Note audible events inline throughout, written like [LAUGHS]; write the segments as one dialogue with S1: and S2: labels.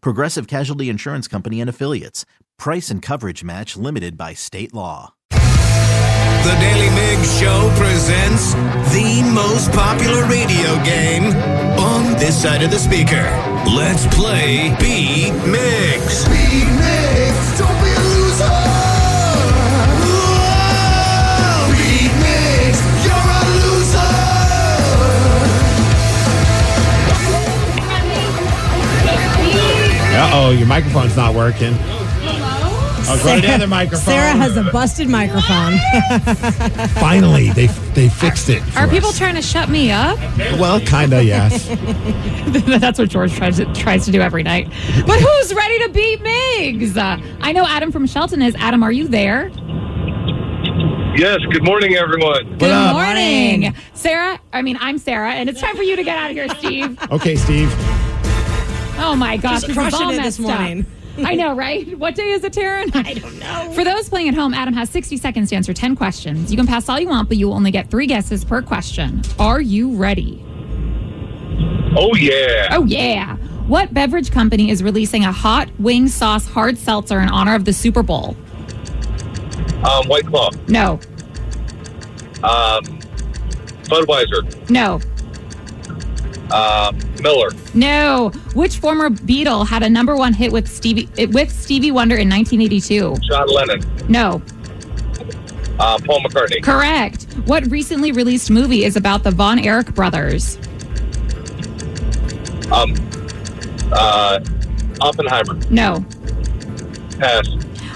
S1: Progressive Casualty Insurance Company and Affiliates. Price and coverage match limited by state law.
S2: The Daily Mig Show presents the most popular radio game on this side of the speaker. Let's play Beat Migs. Beat Migs, don't be a loser. Beat Migs, you're a loser.
S3: Uh oh, your microphone's not working. Oh, go to the other microphone.
S4: Sarah has a busted microphone.
S3: Finally, they they fixed it. for
S5: Are people
S3: us.
S5: trying to shut me up?
S3: Well, kinda, yes.
S5: [LAUGHS] That's what George tries to, tries to do every [LAUGHS] night. But who's ready to beat Migs? Uh, I know Adam from Shelton is. Adam, are you there?
S6: Yes, good morning, everyone.
S5: Good
S3: up?
S5: morning.
S4: Morning.
S5: Sarah. I mean, I'm Sarah, and it's time for you to get out of here, Steve.
S3: Okay, Steve.
S5: Oh my gosh,
S4: Just
S5: this is
S4: crushing
S5: all
S4: it
S5: messed
S4: this morning.
S5: up. I know, right? What day is it, Taryn? I don't know. For those playing at home, Adam has 60 seconds to answer 10 questions. You can pass all you want, but you will only get three guesses per question. Are you ready?
S6: Oh, yeah.
S5: Oh, yeah. What beverage company is releasing a hot wing sauce hard seltzer in honor of the Super Bowl?
S6: Um, White Claw,
S5: No,
S6: um, Budweiser,
S5: no,
S6: um, Miller,
S5: no. Which former Beatle had a number one hit with Stevie eh, with Stevie Wonder in 1982?
S6: John Lennon,
S5: No,
S6: uh, Paul McCartney,
S5: correct. What recently released movie is about the Von Erich brothers?
S6: um, uh, Oppenheimer,
S5: No.
S6: pass,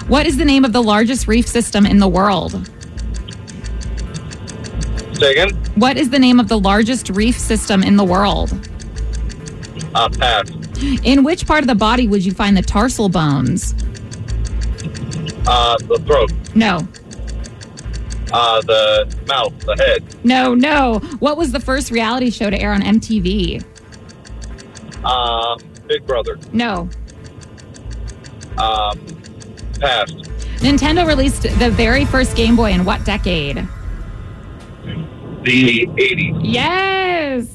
S5: What is the name of the largest reef system in the world?
S6: Sagan,
S5: What is the name of the largest reef system in the world?
S6: uh, pass,
S5: In which part of the body would you find the tarsal bones?
S6: uh, the throat,
S5: No,
S6: uh, the mouth, the head,
S5: No, no. What was the first reality show to air on MTV?
S6: um, Big Brother,
S5: No.
S6: um, pass,
S5: Nintendo released the very first Game Boy in what decade?
S6: the 80s.
S5: Yes.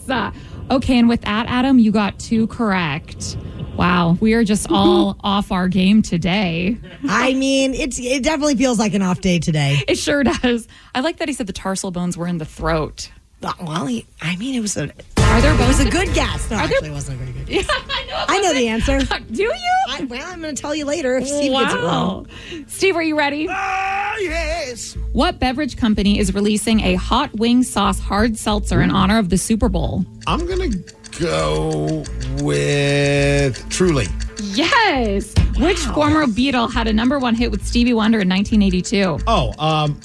S5: Okay, and with that, Adam, you got two correct. Wow, we are just all off our game today.
S4: [LAUGHS] I mean, it's it definitely feels like an off day today.
S5: It sure does. I like that he said the tarsal bones were in the throat.
S4: But, Well, he- I mean, it was a
S5: Are there
S4: it was
S5: bones?
S4: a good guess. [LAUGHS] No,
S5: Are there-
S4: actually, it wasn't a very good. Guess.
S5: I know.
S4: [LAUGHS] I know the answer. [LAUGHS]
S5: [LAUGHS] Do you?
S4: I, well, I'm going to tell you later if Steve gets it wrong.
S5: Steve, are you ready?
S2: Ah, yes.
S5: What beverage company is releasing a hot wing sauce hard seltzer in honor of the Super Bowl?
S3: I'm gonna go with Truly.
S5: Yes. Which former Beatle had a number one hit with Stevie Wonder in 1982?
S3: Oh, um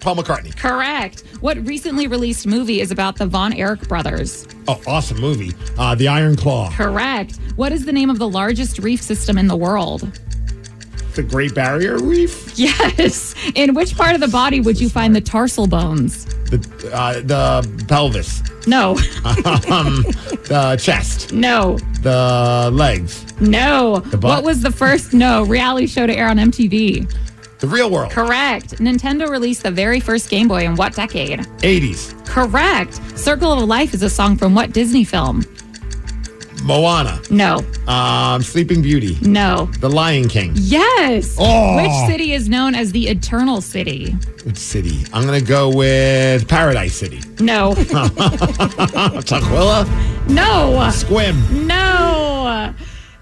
S3: Paul McCartney.
S5: Correct. What recently released movie is about the Von Erich brothers?
S3: Oh, awesome movie. Uh The Iron Claw.
S5: Correct. What is the name of the largest reef system in the world? [LAUGHS]
S3: The Great Barrier Reef.
S5: Yes. In which part of the body would you find the tarsal bones?
S3: The uh, the pelvis.
S5: No.
S3: um the chest.
S5: No.
S3: The legs.
S5: No.
S3: butt.
S5: What was the first no reality show to air on MTV?
S3: The real world.
S5: Correct. Nintendo released the very first Game Boy in what decade?
S3: 80s.
S5: Correct. Circle of Life is a song from what Disney film?
S3: Moana.
S5: No.
S3: Um Sleeping Beauty.
S5: No.
S3: The Lion King.
S5: Yes.
S3: Oh.
S5: Which city is known as the Eternal City?
S3: Which city? I'm gonna go with Paradise City.
S5: No.
S3: Tukwila,
S5: no.
S3: Squim.
S5: No.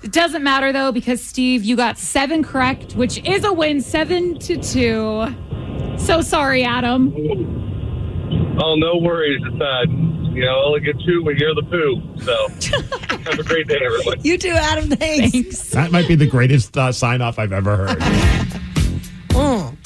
S5: It doesn't matter though because Steve, you got seven correct, which is a win, seven to two. So sorry, Adam.
S6: Oh, no worries. It's, uh, you know, I'll get two when you're the poo. So [LAUGHS] have a great day, everyone.
S4: You too, Adam. Thanks.
S5: Thanks.
S3: That might be the greatest uh, sign off I've ever heard.
S4: Mm.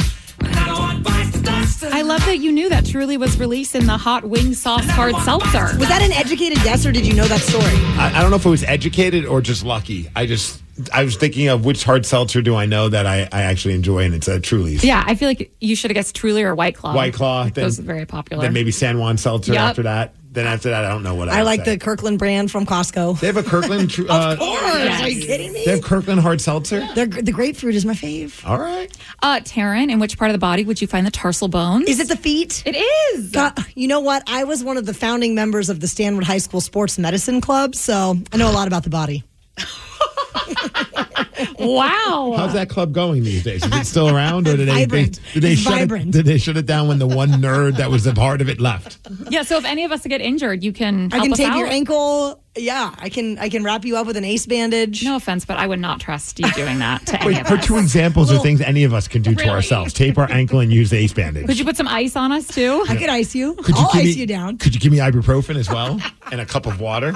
S5: I love that you knew that truly was released in the hot wing sauce hard seltzer.
S4: Was that an educated guess, or did you know that story?
S3: [LAUGHS] I, I don't know if it was educated or just lucky. I just I was thinking of which hard seltzer do I know that I, I actually enjoy, and it's a Truly's.
S5: Yeah, I feel like you should have guessed Truly or White Claw.
S3: White Claw.
S5: Like,
S3: then-
S5: those are very popular.
S3: Then maybe San Juan Seltzer
S5: Yep.
S3: after that. Then after that, I don't know what I,
S4: I
S3: would
S4: like
S3: say.
S4: the Kirkland brand from Costco.
S3: They have a
S4: [LAUGHS]
S3: Kirkland. Tru- uh,
S4: Yes.
S5: Yes.
S4: Are you kidding me?
S3: They have Kirkland hard seltzer.
S4: They're, the grapefruit is my fave.
S3: All right.
S5: Uh, Taryn, in which part of the body would you find the tarsal bones?
S4: Is it the feet?
S5: It is.
S4: God, you know what? I was one of the founding members of the Stanwood High School Sports Medicine Club, so I know a lot about the body.
S3: How's
S5: [LAUGHS] Wow.
S3: that club going these days? Is it still around, or did they, they
S4: Vibrant.
S3: did they
S4: It's
S3: shut it?
S4: vibrant.
S3: Did they shut it down when the one nerd that was a part of it left?
S5: Yeah. So if any of us get injured, you can.
S4: I
S5: help
S4: can
S5: us
S4: take
S5: out.
S4: your ankle. Yeah, I can. I can wrap you up with an ace bandage.
S5: No offense, but I would not trust you doing that [LAUGHS] to any
S3: Wait,
S5: of
S3: her
S5: us.
S3: two examples are things any of us can do to
S5: Really?
S3: ourselves: tape our ankle and use the ace bandage.
S5: Could you put some ice on us too?
S4: I could ice you.
S3: Could
S4: I'll
S3: give
S4: ice
S3: me-
S4: you down.
S3: Could you give me ibuprofen as well and a cup of water?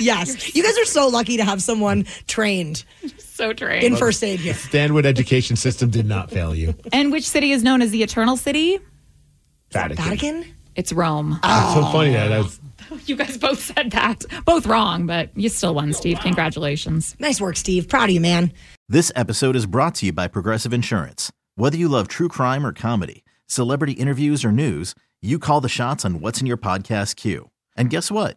S4: Yes, you guys are so lucky to have someone trained
S5: so trained.
S4: in first
S3: [LAUGHS]
S4: aid here.
S3: Stanwood education system did not fail you.
S5: and which city is known as the Eternal City?
S3: Vatican.
S4: Vatican.
S5: It's Rome.
S3: It's so
S5: Oh.
S3: funny that that's
S5: Ah, you guys both said that. Both wrong, but you still won, Steve. Congratulations.
S4: Nice work, Steve. Proud of you, man.
S1: This episode is brought to you by Progressive Insurance. Whether you love true crime or comedy, celebrity interviews or news, you call the shots on what's in your podcast queue. And guess what?